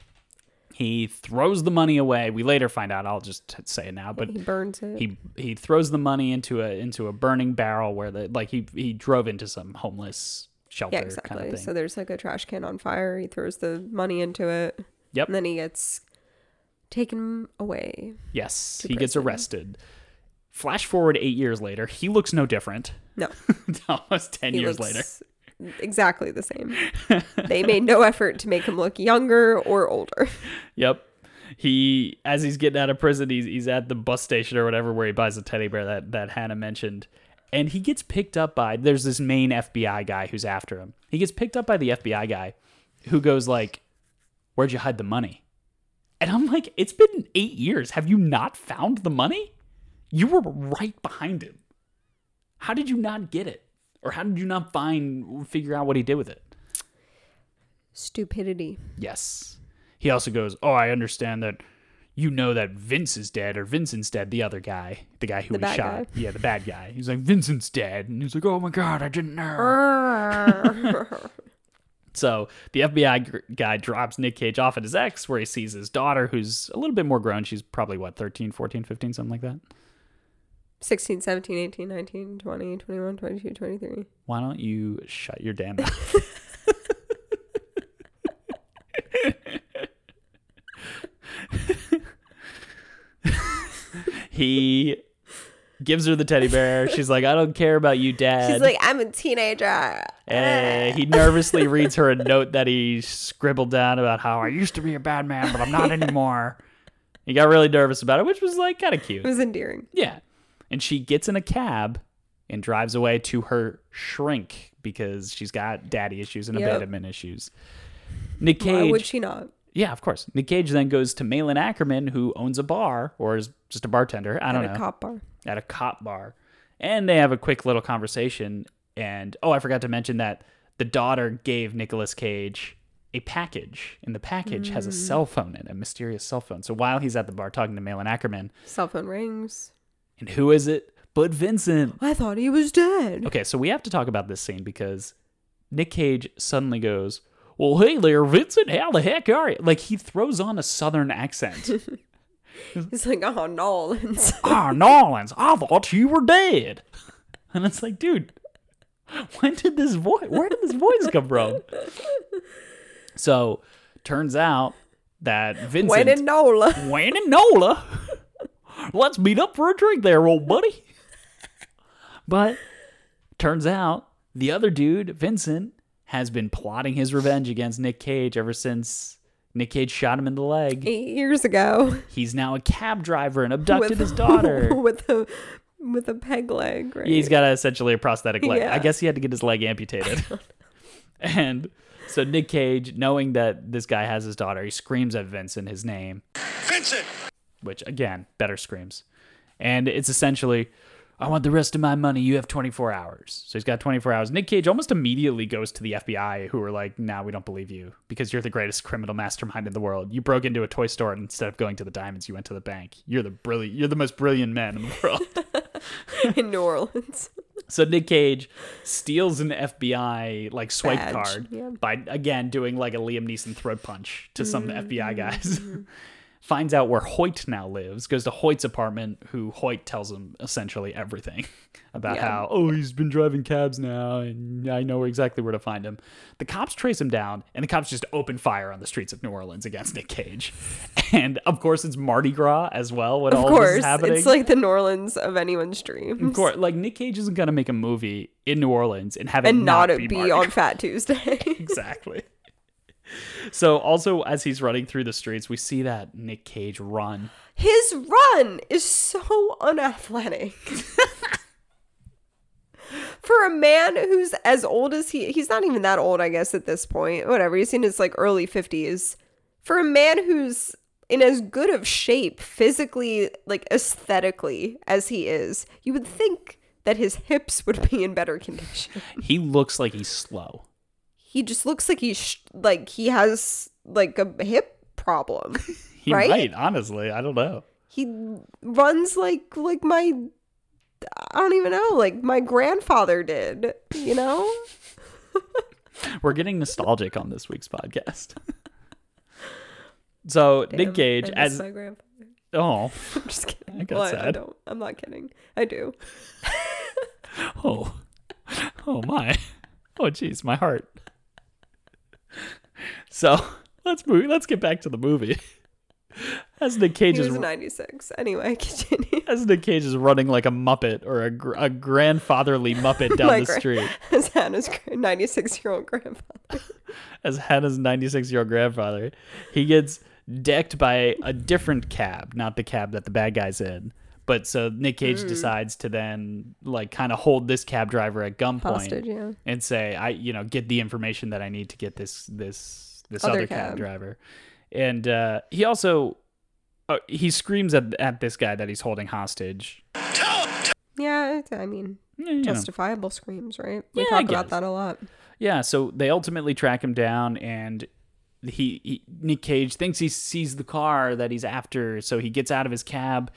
S1: he throws the money away. We later find out. I'll just t- say it now, but
S2: He burns it.
S1: he he throws the money into a into a burning barrel where the like he he drove into some homeless shelter
S2: yeah, exactly.
S1: kind of thing.
S2: so there's like a trash can on fire. He throws the money into it.
S1: Yep.
S2: And then he gets taken away.
S1: yes, he gets
S2: prison.
S1: arrested. Flash forward eight years later, he looks no different.
S2: No.
S1: Almost ten
S2: He
S1: years
S2: looks
S1: later,
S2: Exactly the same. they made no effort to make him look younger or older.
S1: Yep. He as he's getting out of prison, he's he's at the bus station or whatever where he buys a teddy bear that that Hannah mentioned. And he gets picked up by there's this main FBI guy who's after him. He gets picked up by the FBI guy who goes like, "Where'd you hide the money?" And I'm like, "It's been 8 years. Have you not found the money? You were right behind him. How did you not get it? Or how did you not find figure out what he did with it?"
S2: Stupidity.
S1: Yes. He also goes, Oh, I understand that you know that Vince is dead or Vincent's dead, the other guy, the guy who
S2: The
S1: we
S2: bad
S1: shot.
S2: guy.
S1: Yeah, the bad guy. He's like, Vincent's dead. And he's like, Oh my God, I didn't
S2: Er.
S1: know. So the FBI gr- guy drops Nick Cage off at his ex where he sees his daughter, who's a little bit more grown. She's probably, what, 13, 14, 15, something like that?
S2: 16, 17, 18, 19, 20, 21, 22, 23.
S1: Why don't you shut your damn mouth? he gives her the teddy bear. She's like, I don't care about you, dad.
S2: She's like, "Ah." I'm a teenager.
S1: Eh, he nervously reads her a note that he scribbled down about how I used to be a bad man, but I'm not anymore. He got really nervous about it, which was like kind of cute.
S2: It was endearing.
S1: Yeah. And she gets in a cab and drives away to her shrink because she's got daddy issues and
S2: Yep.
S1: abandonment issues. Nick Cage.
S2: Why would she not?
S1: yeah, of course. Nick Cage then goes to Malin Ackerman, who owns a bar or is just a bartender. I don't
S2: At a
S1: know.
S2: cop bar.
S1: At a cop bar. And they have a quick little conversation. And oh, I forgot to mention that the daughter gave Nicolas Cage a package, and the package has a
S2: Mm.
S1: cell phone in it, a mysterious cell phone. So while he's at the bar talking to Malin Ackerman,
S2: Cell phone rings.
S1: and who is it but Vincent?
S2: I thought he was dead.
S1: Okay, so we have to talk about this scene because Nick Cage suddenly goes, Well, hey there, Vincent, how the heck are you? Like, he throws on a southern accent.
S2: He's like, oh, Nolans.
S1: Ah, Nolans, I thought you were dead. And it's like, dude, when did this voice, where did this voice come from? So, turns out that Vincent.
S2: When in Nola.
S1: Wayne and Nola. Let's meet up for a drink there, old buddy. But turns out the other dude, Vincent, has been plotting his revenge against Nick Cage ever since Nick Cage shot him in the leg.
S2: Eight years ago.
S1: He's now a cab driver and abducted his daughter.
S2: with a with a peg leg, right?
S1: He's got a, essentially a prosthetic leg.
S2: Yeah.
S1: I guess he had to get his leg amputated. and so Nick Cage, knowing that this guy has his daughter, he screams at Vincent his name,
S3: Vincent!
S1: which again, better screams. And it's essentially, I want the rest of my money. You have 24 hours. So he's got 24 hours. Nick Cage almost immediately goes to the FBI, who are like, nah, we don't believe you because you're the greatest criminal mastermind in the world. You broke into a toy store and instead of going to the diamonds, you went to the bank. You're the brilliant, you're the most brilliant man in the world.
S2: in New Orleans.
S1: So Nick Cage steals an FBI like swipe
S2: Badge,
S1: card
S2: yeah.
S1: by again doing like a Liam Neeson throat punch to some
S2: Mm-hmm.
S1: FBI guys. Finds out where Hoyt now lives, goes to Hoyt's apartment, who Hoyt tells him essentially everything about
S2: Yeah.
S1: how, oh, he's been driving cabs now, and I know exactly where to find him. The cops trace him down, and the cops just open fire on the streets of New Orleans against Nick Cage. And of course, it's Mardi Gras as well when
S2: Of
S1: all this
S2: course,
S1: is happening.
S2: it's like the New Orleans of anyone's dream.
S1: Of course, like Nick Cage isn't gonna make a movie in New Orleans and have it
S2: and
S1: not,
S2: not, it
S1: be,
S2: be,
S1: Mardi
S2: on
S1: Gras.
S2: Fat Tuesday.
S1: exactly. So also as he's running through the streets, we see that Nick Cage run.
S2: His run is so unathletic. For a man who's as old as he he's not even that old, I guess, at this point. Whatever, he's in his like early fifties. For a man who's in as good of shape physically, like aesthetically, as he is, you would think that his hips would be in better condition.
S1: He looks like he's slow.
S2: He just looks like he's sh- like he has like a hip problem.
S1: He
S2: Right?
S1: might, honestly. I don't know.
S2: he runs like like my I don't even know, like my grandfather did, you know?
S1: We're getting nostalgic on this week's podcast. so Nick Cage
S2: I miss
S1: as
S2: my grandfather.
S1: oh
S2: I'm just kidding.
S1: I got
S2: Well, I
S1: sad.
S2: don't. I'm not kidding. I do.
S1: oh oh my oh jeez my heart. So let's move. Let's get back to the movie. As Nick Cage
S2: He
S1: is
S2: was 96. Anyway, continue.
S1: as Nick Cage is running like a Muppet or a, gr- a grandfatherly Muppet down
S2: My
S1: the
S2: gra-
S1: street
S2: As Hannah's 96 year old grandfather.
S1: as Hannah's 96 year old grandfather. He gets decked by a different cab, not the cab that the bad guy's in. But so Nick Cage
S2: Mm.
S1: decides to then like kind of hold this cab driver at gunpoint
S2: Hostage, yeah.
S1: and say, I, you know, get the information that I need to get this, this, this
S2: Other
S1: other, cab.
S2: cab.
S1: driver. And uh, he also, uh, he screams at, at this guy that he's holding hostage.
S3: Tell him!
S2: Yeah, it's- I mean,
S1: Yeah, you know.
S2: justifiable screams, right? We
S1: Yeah, I
S2: talk
S1: guess.
S2: about that a lot.
S1: Yeah, so they ultimately track him down, and he, he Nick Cage thinks he sees the car that he's after, so he gets out of his cab,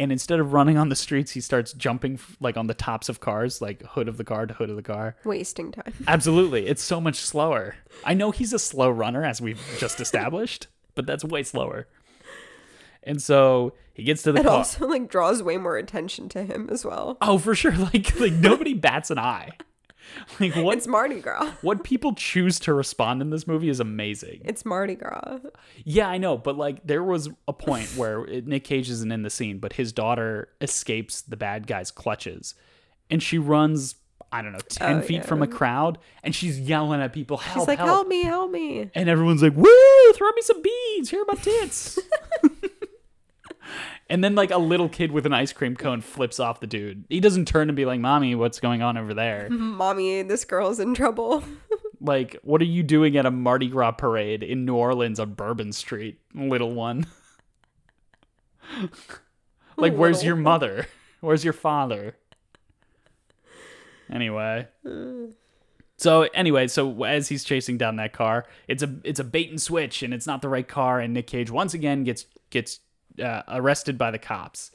S1: and instead of running on the streets, he starts jumping f- like on the tops of cars, like hood of the car to hood of the car.
S2: Wasting time.
S1: Absolutely, it's so much slower. I know he's a slow runner, as we've just established, but that's way slower. And so he gets to the
S2: It
S1: car.
S2: also like draws way more attention to him as well.
S1: oh, for sure, like like nobody bats an eye. Like what?
S2: It's Mardi Gras.
S1: what people choose to respond in this movie is amazing.
S2: It's Mardi Gras.
S1: Yeah, I know, but like there was a point where it- Nick Cage isn't in the scene, but his daughter escapes the bad guy's clutches, and she runs. I don't know, ten
S2: Oh,
S1: feet
S2: yeah.
S1: from a crowd, and she's yelling at people, "Help!
S2: He's like,
S1: help!"
S2: help me, help me.
S1: And everyone's like, "Woo! Throw me some beads. Here are my tits." and then, like a little kid with an ice cream cone flips off the dude. He doesn't turn and be like, "Mommy, what's going on over there?"
S2: mommy, this girl's in trouble.
S1: Like, what are you doing at a Mardi Gras parade in New Orleans on Bourbon Street, little one? like, where's
S2: Little
S1: your
S2: one.
S1: mother? Where's your father? Anyway. So anyway, so as he's chasing down that car, it's a it's a bait and switch, and it's not the right car. And Nick Cage once again gets gets uh, arrested by the cops.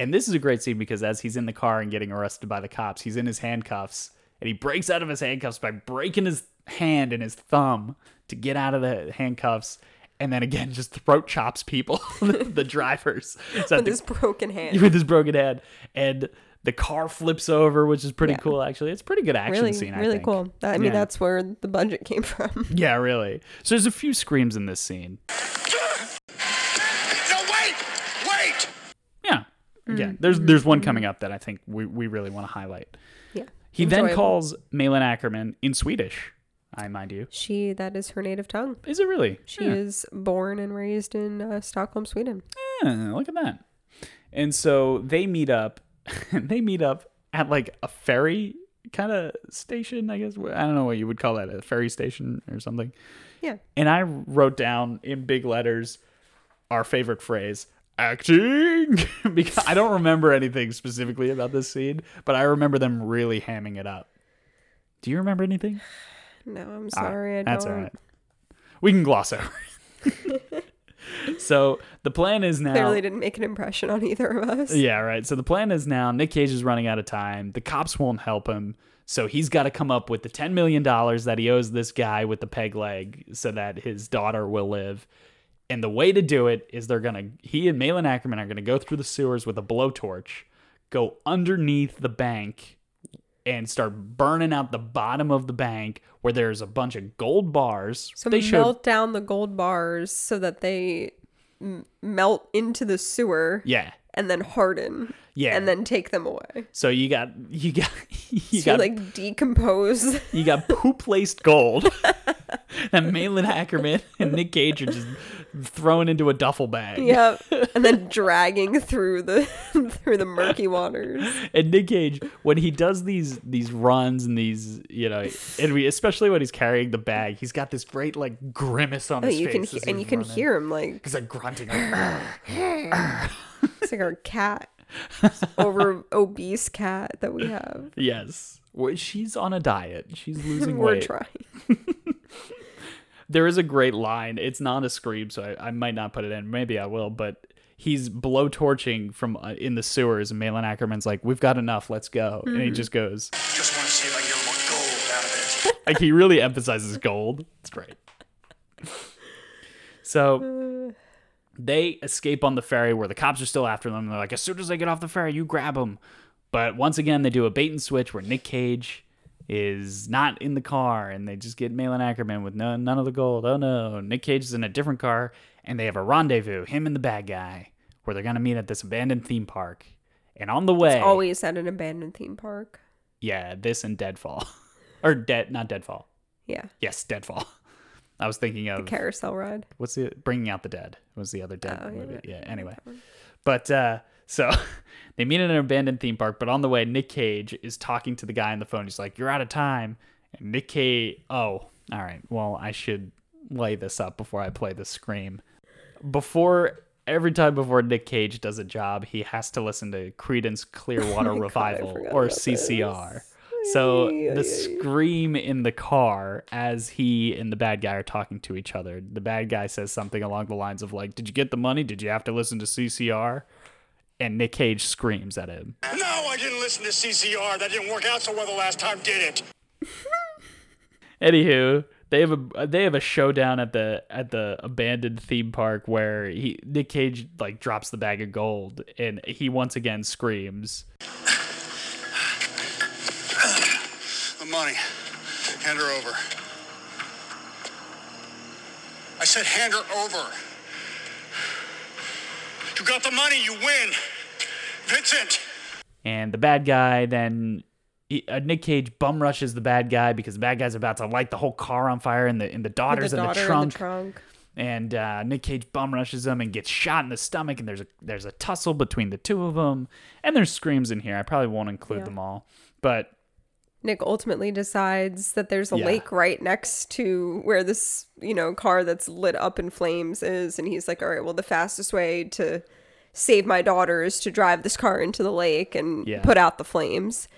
S1: And this is a great scene because as he's in the car and getting arrested by the cops, he's in his handcuffs and he breaks out of his handcuffs by breaking his hand and his thumb to get out of the handcuffs. And then again, just throat chops people, the, the drivers. So at
S2: With
S1: the-
S2: his broken hand.
S1: with his broken hand. And the car flips over, which is pretty cool, actually. It's a pretty good action
S2: Really,
S1: scene, I
S2: really
S1: think.
S2: cool. That- I mean,
S1: Yeah.
S2: that's where the budget came from.
S1: Yeah, really. So there's a few screams in this scene.
S3: No, wait! Wait!
S1: Yeah.
S2: Mm-hmm,
S1: Yeah. There's there's one coming up that I think we, we really want to highlight.
S2: Yeah.
S1: He then
S2: Enjoyable.
S1: calls Malin Ackerman in Swedish, I mind you.
S2: She, that is her native tongue.
S1: Is it really?
S2: She
S1: Yeah.
S2: is born and raised in uh, Stockholm, Sweden.
S1: Yeah, look at that. And so they meet up and they meet up at like a ferry kind of station, I guess. I don't know what you would call that, a ferry station or something.
S2: Yeah.
S1: And I wrote down in big letters our favorite phrase, acting, because I don't remember anything specifically about this scene, but I remember them really hamming it up. Do you remember anything?
S2: No, I'm sorry. I
S1: Ah, That's all
S2: don't.
S1: right. We can gloss over. it. so the plan is now.
S2: Clearly didn't make an impression on either of us.
S1: Yeah, right. So the plan is now Nick Cage is running out of time. The cops won't help him. So he's got to come up with the $10 million that he owes this guy with the peg leg so that his daughter will live. And the way to do it is they're going to, he and Malin Ackerman are going to go through the sewers with a blowtorch, go underneath the bank, and start burning out the bottom of the bank where there's a bunch of gold bars.
S2: So
S1: they
S2: melt
S1: showed
S2: down the gold bars so that they m- melt into the sewer
S1: Yeah.
S2: and then harden.
S1: Yeah.
S2: And then take them away.
S1: So you got, you got, you
S2: You
S1: got
S2: like decompose.
S1: You got poop laced gold and Malin Ackerman and Nick Cage are just thrown into a duffel bag.
S2: yep. And then dragging through the through the murky waters.
S1: And Nick Cage, when he does these these runs and these, you know, and we especially when he's carrying the bag, he's got this great like grimace on
S2: Oh,
S1: his
S2: you
S1: face.
S2: can
S1: as
S2: he-
S1: he's
S2: and you can
S1: running.
S2: hear him like
S1: He's like grunting. Like,
S2: it's like our cat, This over obese cat that we have.
S1: yes. Well, she's on a diet. She's losing
S2: We're
S1: weight.
S2: trying.
S1: there is a great line. It's not a scream, so I, I might not put it in. Maybe I will, but he's blowtorching from uh, in the sewers, and Malin Ackerman's like, "We've got enough. Let's go," and he just goes.
S3: Just want to see if I can get a little more gold out of it.
S1: Like he really emphasizes gold. It's great. So they escape on the ferry where the cops are still after them. They're like, as soon as they get off the ferry, you grab them. But once again, they do a bait and switch where Nick Cage is not in the car and they just get Malin Ackerman with no, none of the gold. Oh no. Nick Cage is in a different car and they have a rendezvous, him and the bad guy, where they're going to meet at this abandoned theme park. And on the way,
S2: Always at an abandoned theme park.
S1: yeah, this and Deadfall. or Dead, not Deadfall.
S2: Yeah.
S1: Yes, Deadfall. I was thinking of
S2: Carousel ride.
S1: what's the Bringing Out the Dead was the other Dead
S2: Oh, yeah,
S1: movie. Yeah.
S2: yeah,
S1: Anyway, but uh, so they meet in an abandoned theme park. But on the way, Nick Cage is talking to the guy on the phone. He's like, "You're out of time." And Nick Cage. Oh, all right. Well, I should lay this up before I play the scream. Before every time before Nick Cage does a job, he has to listen to Credence
S2: Oh
S1: Clearwater Revival
S2: forgot
S1: or
S2: about
S1: CCR. So the scream in the car as he and the bad guy are talking to each other. The bad guy says something along the lines of like, "Did you get the money? Did you have to listen to CCR?" And Nick Cage screams at him.
S3: No, I didn't listen to CCR. That didn't work out so well the last time, did it?
S1: Anywho, they have a they have a showdown at the at the abandoned theme park where he Nick Cage like drops the bag of gold and he once again screams.
S3: The money. Hand her over. I said hand her over. You got the money, you win. Vincent!
S1: And the bad guy then he, uh, Nick Cage bum rushes the bad guy because the bad guy's about to light the whole car on fire and the and the daughters in the trunk.
S2: trunk.
S1: and uh, Nick Cage bum rushes him and gets shot in the stomach. And there's a there's a tussle between the two of them, and there's screams in here. I probably won't include them all, but
S2: Nick ultimately decides that there's a
S1: Yeah.
S2: lake right next to where this, you know, car that's lit up in flames is. And he's like, all right, well, the fastest way to save my daughter is to drive this car into the lake and
S1: Yeah.
S2: put out the flames.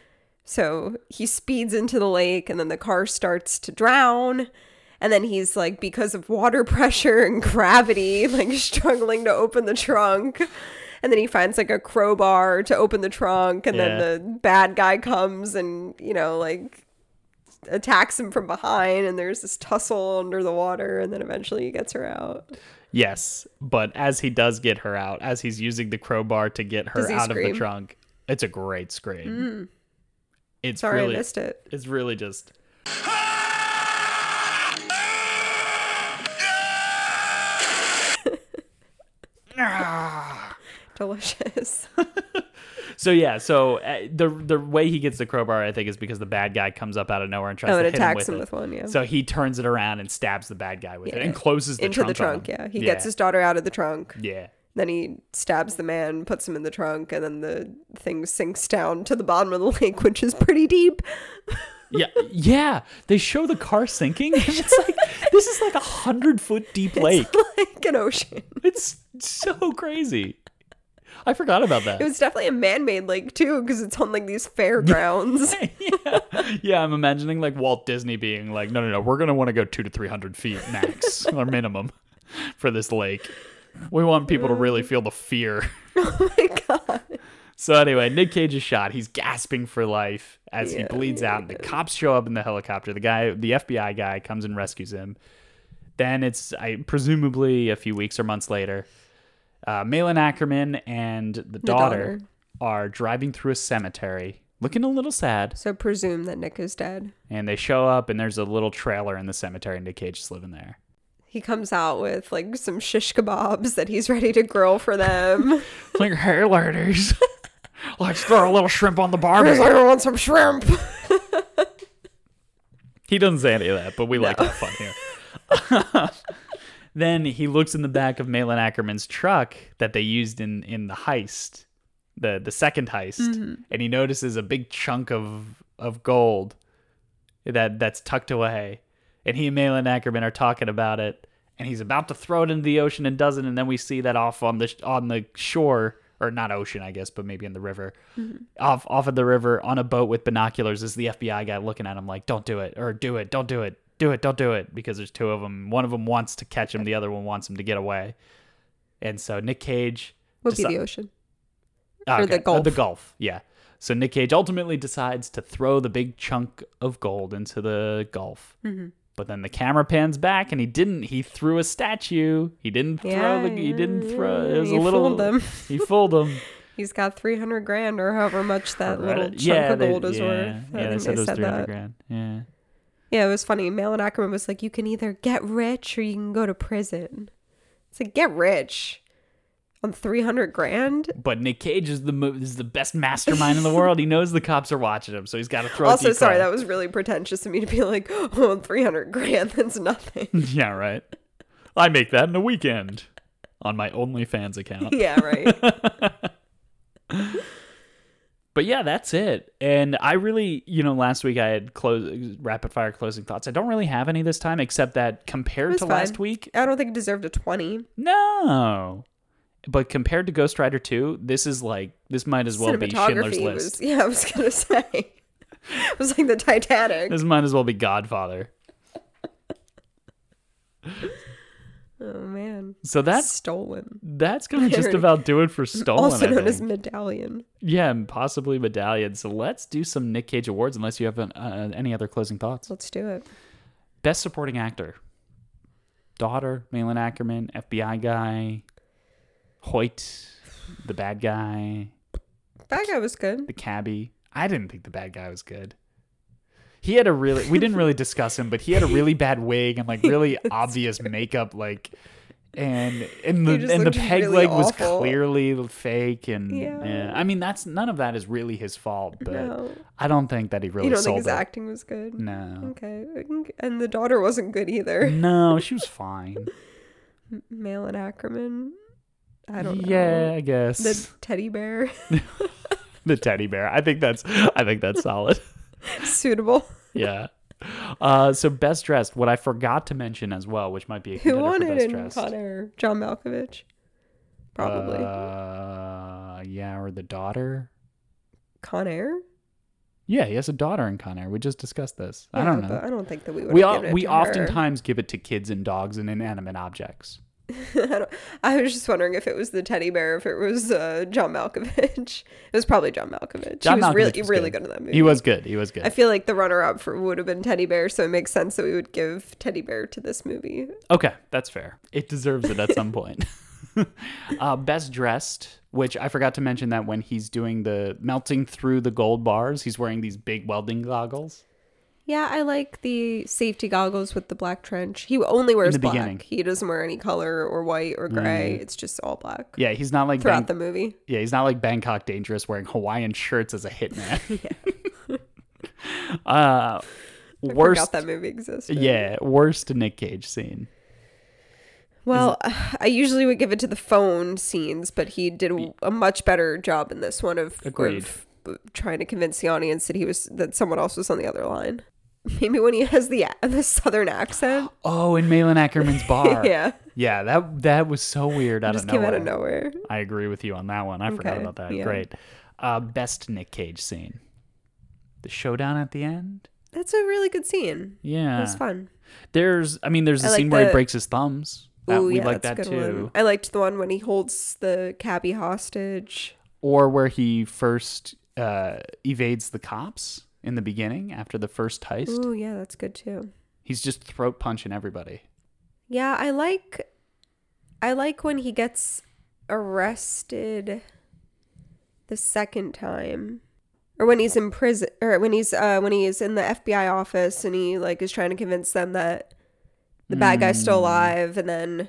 S2: So he speeds into the lake and then the car starts to drown. And then he's like, because of water pressure and gravity, like struggling to open the trunk. And then he finds like a crowbar to open the trunk. And
S1: Yeah.
S2: then the bad guy comes and you know like attacks him from behind and there's this tussle under the water and then eventually he gets her out
S1: yes. But as he does get her out, as he's using the crowbar to get her
S2: Does he
S1: out of
S2: scream? Mm.
S1: the trunk, it's a great scream. It's
S2: sorry
S1: really
S2: i missed it
S1: it's really just
S2: delicious
S1: so yeah. So uh, the the way he gets the crowbar, I think, is because the bad guy comes up out of nowhere and tries
S2: Oh,
S1: to
S2: and
S1: hit
S2: attacks
S1: him
S2: him
S1: with, it.
S2: with one, yeah.
S1: So he turns it around and stabs the bad guy with it
S2: Yeah.
S1: and closes the
S2: into the
S1: trunk on
S2: trunk
S1: him.
S2: yeah he gets
S1: Yeah.
S2: his daughter out of the trunk
S1: Yeah.
S2: Then he stabs the man, puts him in the trunk, and then the thing sinks down to the bottom of the lake, which is pretty deep.
S1: Yeah, yeah. They show the car sinking. and It's like this is like a hundred foot deep lake.
S2: like an ocean.
S1: It's so crazy. I forgot about that.
S2: It was definitely a man made lake, too, because it's on like these fairgrounds.
S1: yeah. yeah, I'm imagining like Walt Disney being like, no, no, no, we're gonna want to go two to three hundred feet max or minimum for this lake. We want people to really feel the fear.
S2: oh my God.
S1: So anyway, Nick Cage is shot. He's gasping for life as he
S2: Yeah,
S1: bleeds out. The cops show up in the helicopter. The guy, the FBI guy, comes and rescues him. Then it's I presumably a few weeks or months later. Uh, Malin Ackerman and the daughter,
S2: daughter.
S1: are driving through a cemetery, looking a little sad.
S2: So presume that Nick is dead.
S1: And they show up, and there's a little trailer in the cemetery, and Nick Cage is living there.
S2: He comes out with like some shish kebabs that he's ready to grill for them.
S1: like, hey, ladies, let's throw a little shrimp on the barbie.
S2: I want some shrimp.
S1: He doesn't say any of that, but we like to have fun here. then he looks in the back of Malin Ackerman's truck that they used in in the heist, the the second heist, and he notices a big chunk of of gold that that's tucked away. And he and Malin Ackerman are talking about it, and he's about to throw it into the ocean and doesn't. And then we see that off on the on the shore, or not ocean, I guess, but maybe in the river, off off of the river on a boat with binoculars is the FBI guy looking at him like, "Don't do it," or "Do it," "Don't do it," "Do it," "Don't do it," because there's two of them. One of them wants to catch him, the other one wants him to get away. And so Nick Cage
S2: Would be
S1: deci-
S2: the ocean.
S1: Ah,
S2: Or the
S1: Uh, The
S2: Gulf.
S1: Gulf, yeah. So Nick Cage ultimately decides to throw the big chunk of gold into the Gulf.
S2: Mm-hmm.
S1: But then the camera pans back, and he didn't. He threw a statue. He didn't throw.
S2: Yeah,
S1: the, he didn't
S2: yeah,
S1: throw. It
S2: yeah,
S1: was
S2: he
S1: a little.
S2: fooled them.
S1: He fooled them.
S2: He's got 300 grand or however much that
S1: Right.
S2: little chunk
S1: yeah,
S2: of
S1: they-
S2: gold is
S1: yeah,
S2: worth. I
S1: Yeah, they
S2: think
S1: said it was three hundred
S2: that.
S1: grand. Yeah.
S2: Yeah, it was funny. Malin Ackerman was like, you can either get rich or you can go to prison. It's like, get rich on 300 grand?
S1: But Nick Cage is the mo- is the best mastermind in the world. He knows the cops are watching him, so he's got to throw. a
S2: also, sorry,
S1: decoy.
S2: that was really pretentious of me to be like, oh, 300 grand, that's nothing.
S1: yeah, right. I make that in a weekend on my OnlyFans account.
S2: yeah, right.
S1: But yeah, that's it. And I really, you know, last week I had close rapid fire closing thoughts. I don't really have any this time, except that compared
S2: was
S1: to last
S2: fine.
S1: week,
S2: I don't think it deserved a 20.
S1: no. But compared to Ghost Rider Two, this is like this might as well be Schindler's
S2: Cinematography
S1: List.
S2: was, yeah, I was gonna say, it was like the Titanic.
S1: This might as well be Godfather.
S2: Oh man,
S1: So that's
S2: stolen.
S1: that's gonna just about do it for Stolen.
S2: also
S1: I
S2: known
S1: think.
S2: as medallion.
S1: yeah, and possibly Medallion. So let's do some Nick Cage awards, unless you have an, uh, any other closing thoughts.
S2: Let's do it.
S1: Best Supporting Actor. Daughter, Malin Ackerman, FBI guy, Hoyt, the bad guy,
S2: That guy was good.
S1: the cabbie. I didn't think the bad guy was good. He had a really we didn't really discuss him, but he had a really bad wig and like really obvious makeup, like and and
S2: He
S1: the
S2: just
S1: and the
S2: looked
S1: peg
S2: really
S1: leg was
S2: awful.
S1: clearly fake and yeah.
S2: Yeah.
S1: I mean that's none of that is really his fault, but
S2: No,
S1: I don't think that he uh, really
S2: you don't think
S1: sold
S2: his
S1: it.
S2: acting was good.
S1: no.
S2: Okay, and the daughter wasn't good either.
S1: No, she was fine. Mm-hmm.
S2: Malin Ackerman. I don't know.
S1: Yeah, I guess.
S2: The teddy bear
S1: the teddy bear. I think that's I think that's solid.
S2: suitable.
S1: Yeah. Uh, so best dressed. What I forgot to mention as well, which might be a
S2: Who
S1: contender
S2: won
S1: for
S2: it
S1: best
S2: in
S1: dressed.
S2: Con Air? John Malkovich. Probably
S1: Uh, yeah, or the daughter.
S2: Con Air.
S1: Yeah, he has a daughter in Con Air. We just discussed this. I
S2: Yeah,
S1: don't
S2: But
S1: know.
S2: I don't think that we would.
S1: We all,
S2: all,
S1: we
S2: to her.
S1: oftentimes give it to kids and dogs and inanimate objects.
S2: I, don't, I was just wondering if it was the teddy bear, if it was uh, John Malkovich. It was probably John Malkovich.
S1: John
S2: he was really
S1: Malkovich was
S2: really
S1: good.
S2: good in that movie.
S1: He was good. He was good.
S2: I feel like the runner-up for would have been Teddy Bear, so it makes sense that we would give Teddy Bear to this movie.
S1: Okay, that's fair. It deserves it at some point. uh, best dressed, which I forgot to mention that when he's doing the melting through the gold bars, he's wearing these big welding goggles.
S2: Yeah, I like the safety goggles with the black trench. He only wears
S1: the
S2: black.
S1: beginning. Mm-hmm.
S2: He doesn't wear any color or white or gray. It's just all black
S1: Yeah, he's not like
S2: throughout
S1: Ban-
S2: the movie.
S1: yeah, he's not like Bangkok Dangerous wearing Hawaiian shirts as a hitman. uh,
S2: I
S1: worst,
S2: forgot that movie existed.
S1: yeah, worst Nick Cage scene.
S2: Well, I usually would give it to the phone scenes, but he did a- a much better job in this one of,
S1: Agreed.
S2: of trying to convince the audience that he was that someone else was on the other line. Maybe when he has the a- the southern accent.
S1: Oh, in Malin Ackerman's bar.
S2: Yeah,
S1: Yeah, that that was so weird out
S2: just
S1: of
S2: came
S1: nowhere.
S2: out of nowhere.
S1: I agree with you on that one. I forgot
S2: Okay,
S1: about that.
S2: yeah.
S1: Great. Uh, best Nick Cage scene. The showdown at the end.
S2: That's a really good scene. It
S1: Yeah.
S2: was fun.
S1: There's, I mean, there's a
S2: I like
S1: scene where he
S2: the-
S1: breaks his thumbs. That,
S2: Ooh,
S1: we
S2: yeah,
S1: like
S2: that's
S1: that
S2: a good
S1: too.
S2: One. I liked the one when he holds the cabbie hostage.
S1: Or where he first uh, evades the cops in the beginning after the first heist.
S2: Ooh, yeah, that's good too.
S1: He's just throat punching everybody.
S2: Yeah, I like I like when he gets arrested the second time. Or when he's in prison or when he's uh when he's in the FBI office and he like is trying to convince them that the bad guy's
S1: Hmm.
S2: still alive and then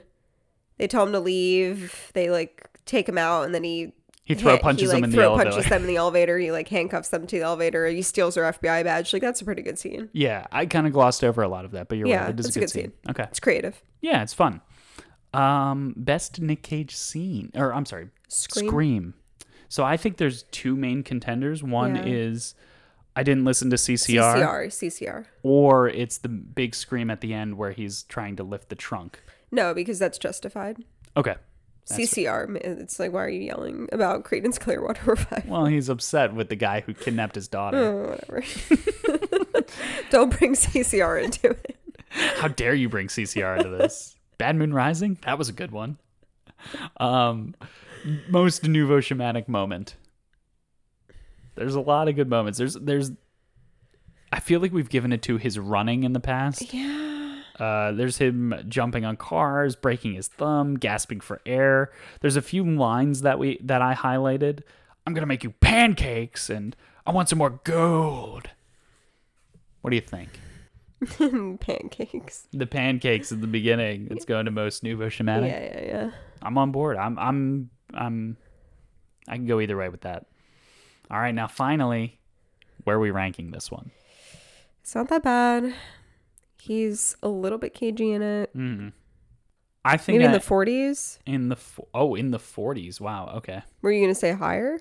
S2: they tell him to leave. They like take him out and then he
S1: He throat
S2: hit-
S1: punches
S2: like,
S1: him in the
S2: throat
S1: elevator.
S2: punches them in the elevator. He like handcuffs them to the elevator. He steals their FBI badge. Like that's a pretty good scene.
S1: Yeah, I kind of glossed over a lot of that, but you're
S2: Yeah,
S1: right. It is
S2: it's
S1: a good scene. Okay.
S2: It's creative.
S1: Yeah, it's fun. Um, best Nick Cage scene, or I'm sorry,
S2: Scream.
S1: So I think there's two main contenders. One
S2: Yeah.
S1: is I didn't listen to CCR,
S2: CCR, CCR.
S1: or it's the big scream at the end where he's trying to lift the trunk.
S2: No, because that's justified.
S1: Okay.
S2: CCR. ma- It's like, why are you yelling about Credence Clearwater Revival?
S1: Well, he's upset with the guy who kidnapped his daughter.
S2: Oh, whatever. Don't bring CCR into it.
S1: How dare you bring CCR into this? Bad Moon Rising? That was a good one. Um, most nouveau shamanic moment. There's a lot of good moments. There's there's I feel like we've given it to his running in the past. Yeah. Uh, there's him jumping on cars, breaking his thumb, gasping for air. There's a few lines that we that I highlighted. I'm gonna make you pancakes and I want some more gold. What do you think?
S2: Pancakes.
S1: the pancakes at the beginning. It's going to most nouveau shamanic.
S2: Yeah, yeah, yeah.
S1: I'm on board. I'm I'm I'm I can go either way with that. All right, now finally, where are we ranking this one?
S2: It's not that bad. He's a little bit cagey in it.
S1: Hmm. I think
S2: Maybe in
S1: I-
S2: the 40s.
S1: in the fo- oh in the 40s. Wow. Okay.
S2: Were you going to say higher?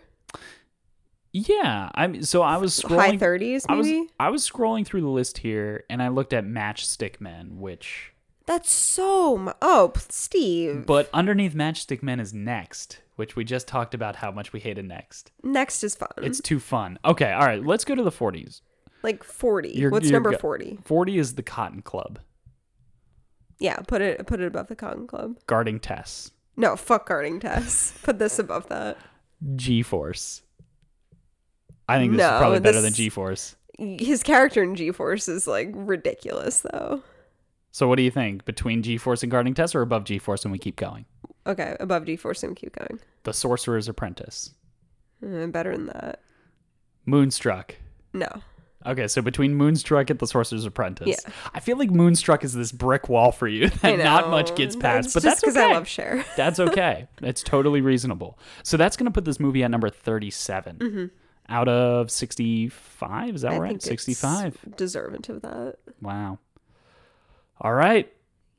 S1: Yeah. I mean, so I was scrolling.
S2: High 30s,
S1: I was
S2: maybe?
S1: I was scrolling through the list here, and I looked at Matchstick Men, which
S2: That's so. Mu- oh, p- Steve.
S1: but underneath Matchstick Men is next, which we just talked about how much we hated next.
S2: Next is fun.
S1: It's too fun. Okay. All right. Let's go to the 40s.
S2: like 40.
S1: You're-
S2: What's
S1: you're
S2: number
S1: go-
S2: 40?
S1: 40 is the Cotton Club
S2: Yeah, put it put it above the Cotton Club.
S1: guarding Tess.
S2: No, fuck guarding Tess. Put this above that.
S1: G Force. I think this is
S2: No,
S1: probably better
S2: this-
S1: than G Force.
S2: His character in G Force is like ridiculous, though.
S1: So what do you think? Between G Force and guarding Tess or above G Force and we keep going?
S2: Okay, above G Force and keep going.
S1: The Sorcerer's Apprentice.
S2: Mm, better than that.
S1: Moonstruck.
S2: No.
S1: Okay, so between Moonstruck and the Sorcerer's Apprentice.
S2: Yeah.
S1: I feel like Moonstruck is this brick wall for you
S2: I
S1: that not much
S2: know.
S1: gets past.
S2: It's
S1: but
S2: just
S1: that's okay.
S2: I love Cher.
S1: That's okay. That's totally reasonable. So that's going to put this movie at number 37 out of 65. Is that
S2: Mm-hmm. I
S1: right?
S2: think it's
S1: 65.
S2: Deserving of that.
S1: Wow. All right.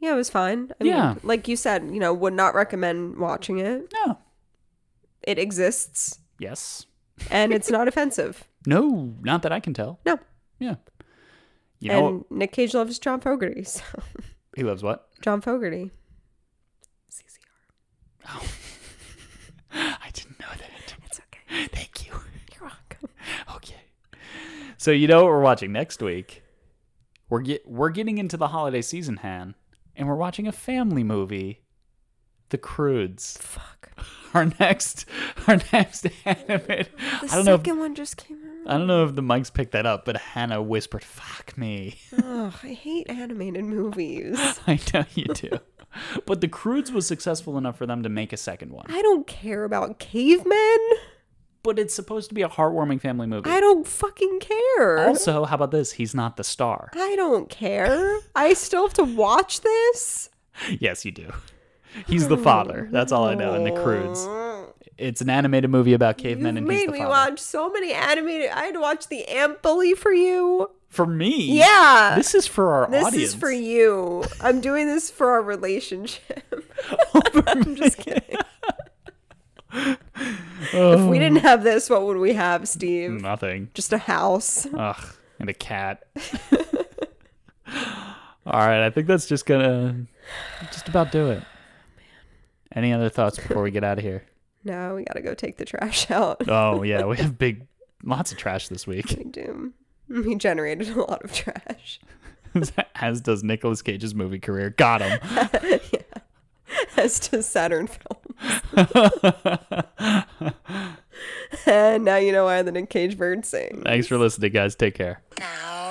S2: Yeah, it was fine. I
S1: Yeah.
S2: Mean, like you said, you know, would not recommend watching it.
S1: No.
S2: It exists
S1: Yes.
S2: and it's not offensive.
S1: No, not that I can tell.
S2: No.
S1: Yeah. You know,
S2: and Nick Cage loves John Fogerty. So
S1: he loves what?
S2: John Fogerty.
S1: I didn't know that.
S2: It's okay.
S1: Thank you.
S2: You're welcome.
S1: Okay. So you know what we're watching next week? We're get we're getting into the holiday season, Han, and we're watching a family movie, The Crudes.
S2: Fuck.
S1: Our next our next anime.
S2: The
S1: I don't know. If,
S2: second one just came out.
S1: I don't know if the mics picked that up, but Hannah whispered, "Fuck me."
S2: Oh, I hate animated movies.
S1: I know you do. but The Crudes was successful enough for them to make a second one.
S2: I don't care about cavemen.
S1: But it's supposed to be a heartwarming family movie.
S2: I don't fucking care.
S1: Also, how about this? He's not the star.
S2: I don't care. I still have to watch this.
S1: Yes, you do. He's the father. That's all I know. And the Crudes. It's an animated movie about cavemen,
S2: You've
S1: and he's
S2: made
S1: the
S2: me
S1: father.
S2: watch so many animated. I had to watch the Ant Bully for you.
S1: For me,
S2: Yeah.
S1: this is for our
S2: This
S1: audience.
S2: is for you. I'm doing this for our relationship. I'm just kidding. If we didn't have this, what would we have,
S1: Mm.
S2: Steve?
S1: Oh, Nothing.
S2: Just a house.
S1: Ugh, and a cat. All right, I think that's just gonna just about do it. Any other thoughts before we get out of here?
S2: No, we gotta go take the trash out.
S1: Oh yeah, we have big, lots of trash this week,
S2: We do. We generated a lot of trash.
S1: as does Nicolas Cage's movie career. Got him.
S2: As to Saturn films. and now you know why the Nick Cage bird sings.
S1: Thanks for listening, guys. Take care.
S4: Now.